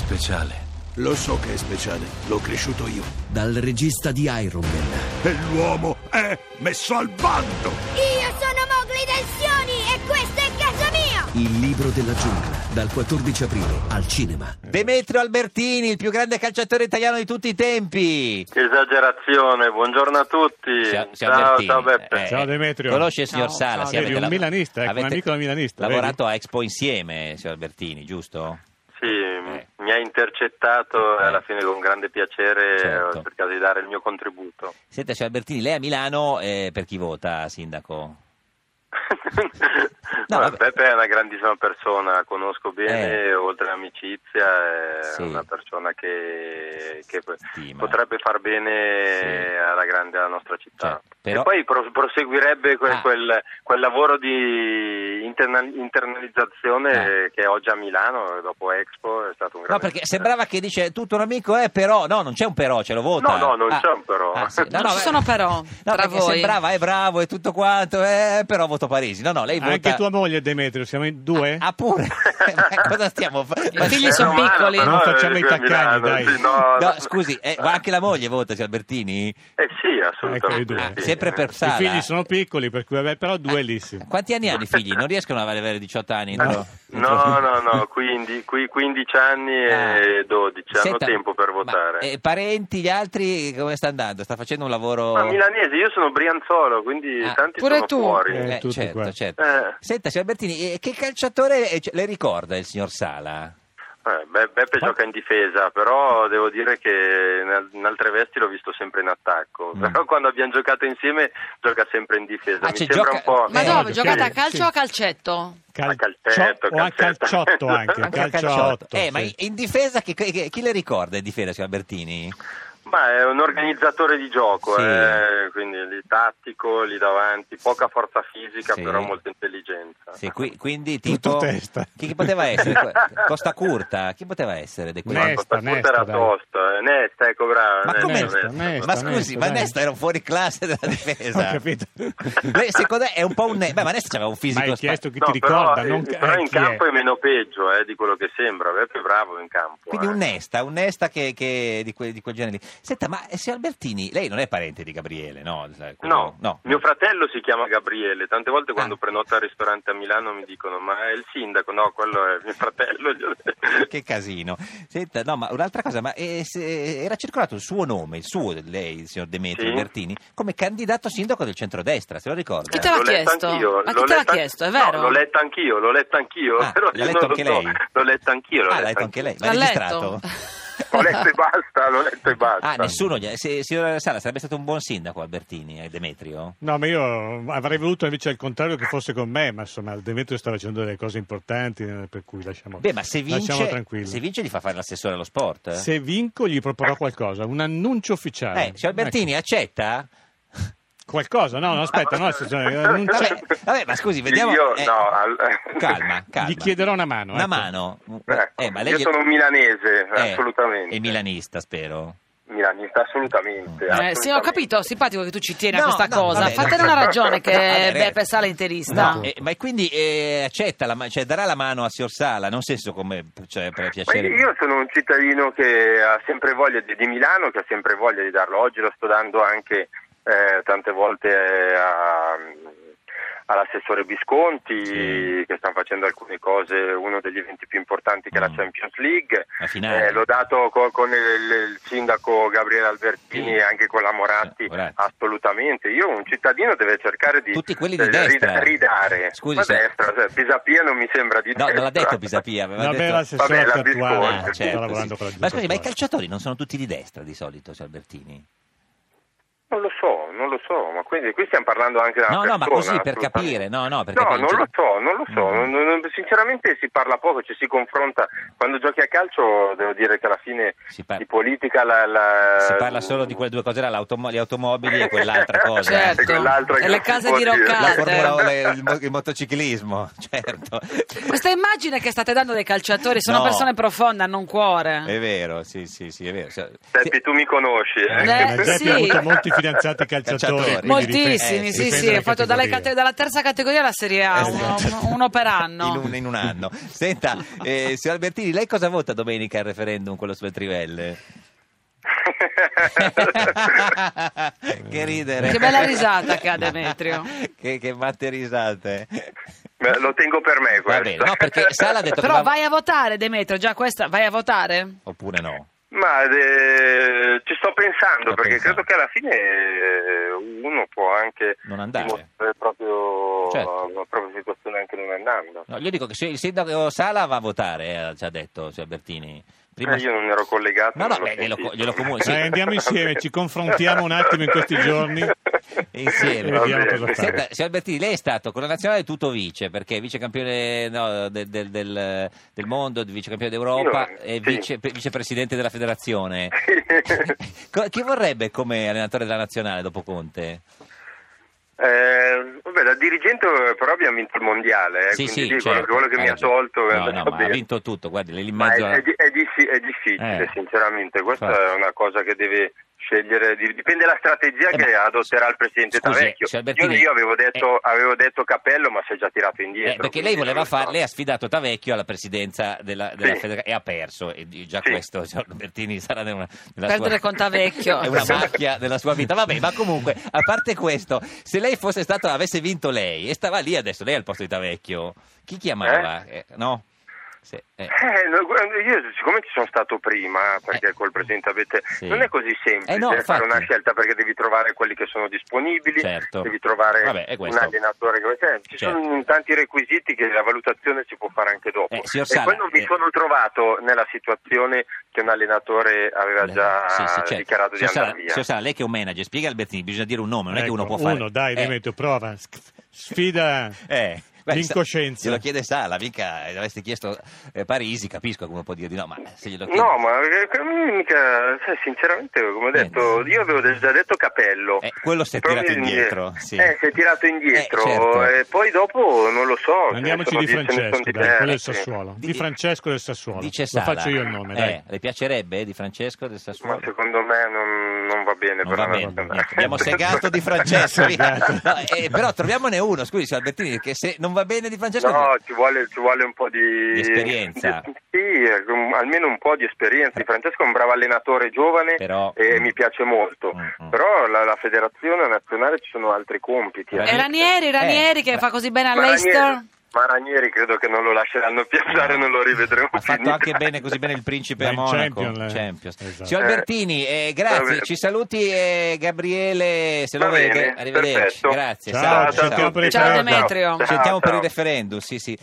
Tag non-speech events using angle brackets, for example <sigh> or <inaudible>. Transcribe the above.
speciale. Lo so che è speciale, l'ho cresciuto io. Dal regista di Iron Man, E l'uomo è messo al bando! Io sono Mowgli Tensioni e questo è casa mia! Il libro della giungla, dal 14 aprile al cinema. Eh. Demetrio Albertini, il più grande calciatore italiano di tutti i tempi. Che esagerazione, buongiorno a tutti. Sia- sia ciao, Albertini. ciao Beppe. Eh, Ciao, Demetrio. Conosce il signor Ciao, Sala. ciao. sì, Vedi, avete un lavo- milanista, ecco, un avete amico milanista, Lavorato a Expo insieme, signor Albertini, giusto? Sì, mi ha intercettato e Eh. alla fine con grande piacere Certo. ho cercato di dare il mio contributo. Senta, signor Albertini, lei a Milano eh, per chi vota, sindaco? <laughs> No, Ma vabbè. Beppe è una grandissima persona, la conosco bene, Eh. oltre all'amicizia è Sì. una persona che, che Stima. potrebbe far bene Sì. alla grande alla nostra città. Certo, però- E poi pro- proseguirebbe que- Ah. quel, quel lavoro di interna- internalizzazione Ah. eh, che oggi a Milano, dopo Expo, è stato un grande No, perché sembrava che dice tutto un amico è però, no, non c'è un però, ce lo vota. No, no, non Ah. c'è un però. Ah, sì. No, Non no, ci beh- sono però <laughs> No, tra perché voi. sembrava è bravo e tutto quanto, eh, però voto Parisi. No, no, lei vota... Anche eh? tua moglie, Demetrio, siamo in due? Ah, pure. <laughs> Ma cosa stiamo fa- I ma- figli Eh, sono Romano, piccoli. però, Non facciamo eh, i qui a Milano, taccani, dai. sì, no, No, no. scusi, eh, ma anche la moglie vota, signor Albertini? Eh sì, Ecco i assolutamente. due. sì. Ah, sempre per I Sala. figli sono piccoli, per cui, vabbè, però duellissimi. Quanti anni hanno i figli? Non riescono ad avere 18 anni? No. <laughs> No, <laughs> no, no, quindi, qui 15 anni e 12 hanno Ah. Senta, tempo per ma, votare. eh, parenti, gli altri, come sta andando? Sta facendo un lavoro... Eh, Ma milanese, io sono brianzolo, quindi Ah, tanti pure sono tu. fuori. Eh, Eh, tutti certo, qua. certo. Eh. Senta, signor Albertini, eh, che calciatore eh, ce- le ricorda il signor Sala? Eh, Be- Beppe gioca in difesa, però devo dire che in al- in altre vesti l'ho visto sempre in attacco. Mm. Però quando abbiamo giocato insieme gioca sempre in difesa. Ah, Mi cioè, sembra gioca- un po'... Ma Eh, dove? sì. Giocate a calcio Sì. o a calcetto? Cal- A calcetto, o a calcetto. calciotto anche, Anche <laughs> a calciotto. Eh, sì. ma in in difesa che- che- chi le ricorda in difesa, signor Albertini? Ma è un organizzatore di gioco, Sì. eh, quindi lì tattico, lì davanti, poca forza fisica, Sì. però molta intelligenza. Sì, qui- quindi tipo... Tutto testa. Chi, chi poteva <laughs> essere? Costa Curta? Chi poteva essere? di quei- Nesta, Questa Nesta, era dai. tosta, eh, Nesta, ecco bravo. Ma Nesta, come- Nesta. Nesta, ma scusi, Nesta, ma dai. Nesta era un fuori classe della difesa. <laughs> <laughs> Ho capito. Lei, secondo me è un po' un... Beh, ma Nesta c'aveva un fisico... Ma hai spa- chiesto chi No, ti ricorda, però, non eh, però eh, in chi è. campo è meno peggio eh, di quello che sembra, Beppe è bravo in campo. Quindi eh. un Nesta, un Nesta che, che- di, quel, di quel genere lì. Senta, ma eh, signor Albertini, lei non è parente di Gabriele, no? Sai, quello- No, mio fratello si chiama Gabriele, tante volte quando Ah. prenota al ristorante a Milano mi dicono ma è il sindaco, no, quello è mio fratello. <laughs> gli ho detto. <laughs> Che casino. Senta, no, ma un'altra cosa, ma eh, se- era circolato il suo nome, il suo, lei, il signor Demetrio Sì. Albertini, come candidato sindaco del centrodestra, se lo ricorda? Chi te l'ha L'ho letto chiesto? anch'io, Ma l'ho chi te l'ha letto an- chiesto, è No, vero? l'ho letto anch'io, l'ho letto anch'io. Ah, però l'ha io letto non lo anche so. lei? L'ho letto anch'io, l'ho Ah, letto l'ha letto anche lei, l'ha L'ha registrato? letto? L'ho letto e basta, l'ho letto e basta. Ah, nessuno gli ha... se- Signora Sala, sarebbe stato un buon sindaco Albertini, eh, Demetrio? No, ma io avrei voluto invece al contrario che fosse con me, ma insomma, Demetrio sta facendo delle cose importanti, eh, per cui lasciamo, Beh, ma se lasciamo vince, tranquillo. se vince gli fa fare l'assessore allo sport? Se vinco gli proporrò qualcosa, un annuncio ufficiale. Eh, signor Albertini, accetta? Ecco, Qualcosa, no, no, aspetta, no, cioè, se- se- annuncio- Vabbè, Cioè, vabbè, ma scusi, vediamo. Io eh, no, al- Calma, calma. Gli chiederò una mano, Una ecco. mano. Ecco, Eh, ma lei io gli- sono un milanese, Eh, assolutamente. E milanista, spero. Milanista, assolutamente. <laughs> Eh, sì, ho assolutamente. capito, simpatico che tu ci tieni No, a questa no, cosa. vabbè. Fatene una ragione <laughs> che No, vabbè, Beppe ragazzi. Sala è interista. No, eh, ma quindi eh, accetta, la ma- cioè darà la mano a signor Sala, non senso come cioè, per Ma piacere. io sono un cittadino che ha sempre voglia di, di Milano, che ha sempre voglia di darlo. Oggi lo sto dando anche eh, tante volte eh, a- all'assessore Visconti, Sì. che stanno facendo alcune cose, uno degli eventi più importanti che è la Mm. Champions League. La finale. Eh, l'ho dato co- con il, il sindaco Gabriele Albertini Sì. e anche con la Moratti, Eh, Moratti. assolutamente. Io un cittadino deve cercare di, Tutti quelli di eh, rid- destra. ridare. Scusi, Ma se- destra, cioè, Pisapia non mi sembra di No, non l'ha destra. <laughs> detto Pisapia. aveva Una detto- bella assessore Vabbè, la attuale, Bisconi. Ah, certo, sta sta lavorando sì. con la Ma scusi, ma i Bisconi. calciatori non sono tutti di destra di solito, signor Albertini? Non lo so, non lo so, ma quindi qui stiamo parlando anche da No, una no, ma persona, così per assolutamente. capire, no, no, per No, capire. non lo so, non lo so, Mm. non- non- sinceramente si parla poco, ci si confronta. Quando giochi a calcio devo dire che alla fine Si parla- di politica la, la- Si parla solo di quelle due cose là, l'automo- le automobili e <laughs> quell'altra cosa. Certo. E quell'altra che E le non si case può diroccate. La dire. Formula 1, e il, mo- il motociclismo, <laughs> certo. Questa immagine che state dando dei calciatori sono No. Eh, persone profonde, hanno un cuore. È vero, sì, sì, sì, è vero. Cioè, Sì. Senti, tu mi conosci, eh? Eh, Già sì. ha avuto molti fidanzati calciatori. Calciatori. quindi Moltissimi, Eh, sì, dipende sì, dalle ho fatto dalla, cate- dalla terza categoria alla Serie A, uno, Esatto. uno per anno. <laughs> In un, in un <laughs> anno. Senta, eh, signor Albertini, lei cosa vota domenica al referendum, quello sulle <laughs> trivelle? che ridere. Che bella <laughs> risata che ha Demetrio. che, che matte risate. <laughs> Beh, Lo tengo per me Va questo. bene, no, perché Sala ha detto che Però va- vai a votare, Demetrio, già questa, vai a votare? Oppure no? <laughs> Ma eh, ci sto pensando Sto perché pensando. credo che alla fine eh, uno può anche Non andare. dimostrare proprio, Certo. la propria situazione anche non andando. No, io dico che se il sindaco Sala va a votare, eh, ci ha detto signor Albertini. Prima- Eh, io non ero collegato. No, no, non l'ho beh, glielo, sentito. glielo comunico. sì. Dai, andiamo insieme, ci confrontiamo un attimo in questi giorni. <laughs> <laughs> Insieme. E vediamo Va bene. cosa fare. Senta, signor Albertini, lei è stato con la nazionale tutto vice, perché vice campione no, del, del- del- del mondo, vice campione d'Europa Io, e sì. vice, pe- vicepresidente della federazione. <laughs> Co- Chi vorrebbe come allenatore della nazionale dopo Conte? <laughs> Eh, vabbè, da dirigente eh, però abbiamo vinto il mondiale, eh, quindi dico, certo, quello che hai mi ha ragione. tolto è No, no, andato ma ha bene. vinto tutto, guardi, lei lì in Ma mezzo è, alla- è di- è dissi- è difficile, Eh. certo. sinceramente. Questa Infatti. è una cosa che deve scegliere. di- Dipende dalla strategia Eh, che ma- adotterà il presidente scusi, Tavecchio. signor Io, Bertini, io avevo, detto, eh. avevo detto Capello, ma si è già tirato indietro. Eh, perché lei quindi voleva non so. fare, lei ha sfidato Tavecchio alla presidenza della, della Sì. federazione e ha perso, e di- già Sì. questo <laughs> signor Bertini sarà nella, nella Perdere sua... con Tavecchio. <laughs> è una macchia della sua vita. Vabbè, ma comunque, a parte questo, se lei fosse stato, avesse vinto lei e stava lì adesso, lei al posto di Tavecchio, chi chiamava? Eh, no? Se- eh. Eh, no, guarda, io siccome ci sono stato prima, perché Eh. col presidente avete... Sì. Non è così semplice Eh no, fare infatti. una scelta perché devi trovare quelli che sono disponibili, Certo. devi trovare Vabbè, è un questo. allenatore che... cioè, ci Certo. sono tanti requisiti che la valutazione si può fare anche dopo. Eh, e signor Sala, poi non mi eh. sono trovato nella situazione che un allenatore aveva già Sì, sì, certo. dichiarato di Signor Sala- andare via. signor Sala, lei che è un manager, spiega Albertini, bisogna dire un nome, non è che uno Ecco, può fare. Uno, dai, Eh, Demetrio, prova. Sfida Eh, beh, l'incoscienza. se lo chiede Sala, mica eh, avresti chiesto eh, Parisi, capisco che uno può dire di no, ma se glielo chiede... No, ma eh, a me mica, cioè, sinceramente, come ho detto, io avevo de- già detto capello. Eh, quello si è Però tirato mi- indietro, sì. Eh, si è tirato Eh, indietro. certo. E poi dopo non lo so. ce ne Andiamoci sono di di- ce ne sono Francesco, di dai, quello del diversi. Sassuolo. Di Di- Francesco del Sassuolo. Dice Lo Sala. faccio io il nome, Eh, dai. le piacerebbe eh, di Francesco del Ma Sassuolo? secondo me non, non va bene. Non per va la bene, nostra- niente. <laughs> abbiamo segato di Francesco. Segato. No, eh, però troviamone uno, scusi signor Albertini, che se non va bene di Francesco... No, ci vuole, ci vuole un po' di, Di esperienza. di- sì, eh, um, almeno un po' di esperienza. Di Francesco è un bravo allenatore giovane Però- e mm. mi piace molto. Mm, mm. Però la, la federazione nazionale ci sono altri compiti. Eh, E Ranieri, Ranieri che Eh, fa così bene Ma all'Easter. Ranieri- Ma Ranieri credo che non lo lasceranno piazzare, non lo rivedremo Ha più fatto in anche Italia. bene, così bene il principe Ma a in Monaco. Champions, eh. Champions. Esatto. Signor Albertini, eh, grazie. Va Ci saluti eh, Gabriele se Va lo vede. bene, Arrivederci. perfetto. Grazie. Ciao, salve, ci sentiamo per il Ciao, referendum. Demetrio. Ci sentiamo per il ciao. referendum, sì, sì.